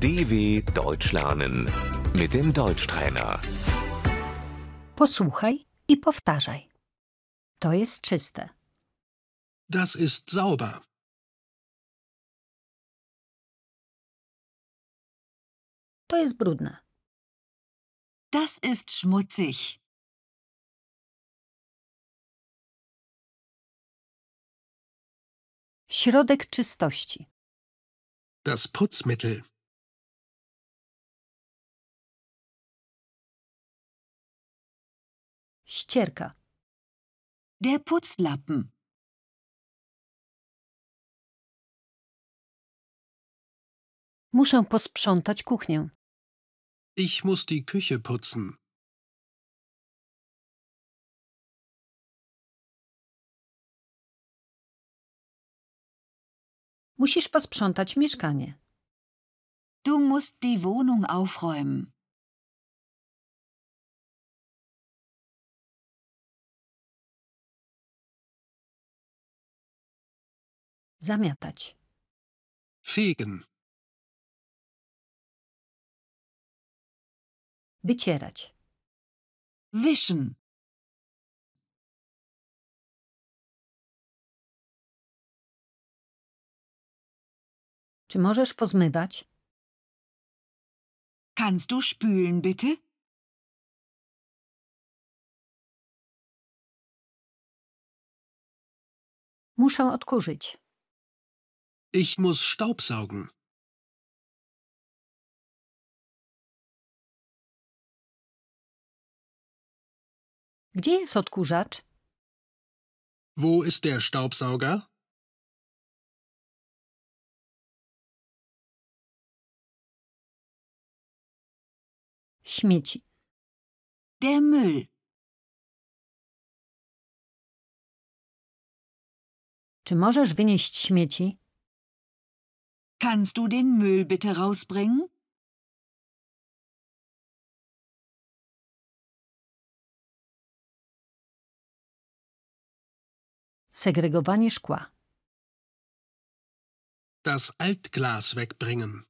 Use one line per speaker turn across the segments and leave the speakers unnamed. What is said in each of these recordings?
DW Deutsch lernen mit dem Deutschtrainer.
Posłuchaj i powtarzaj. To jest czyste.
Das ist sauber.
To jest brudne.
Das ist schmutzig.
Środek czystości.
Das Putzmittel.
Ścierka.
Der Putzlappen.
Muszę posprzątać kuchnię.
Ich muss die Küche putzen.
Musisz posprzątać mieszkanie.
Du musst die Wohnung aufräumen.
Zamiatać.
Fegen.
Wycierać.
Wischen.
Czy możesz pozmywać?
Kannst du spülen bitte?
Muszę odkurzyć.
Ich muss Staubsaugen.
Gdzie jest odkurzacz?
Wo ist der Staubsauger?
Śmieci.
Der Müll.
Czy możesz wynieść śmieci?
Kannst du den Müll bitte rausbringen?
Segregowanie szkła.
Das Altglas wegbringen.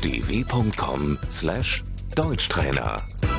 dw.com/deutschtrainer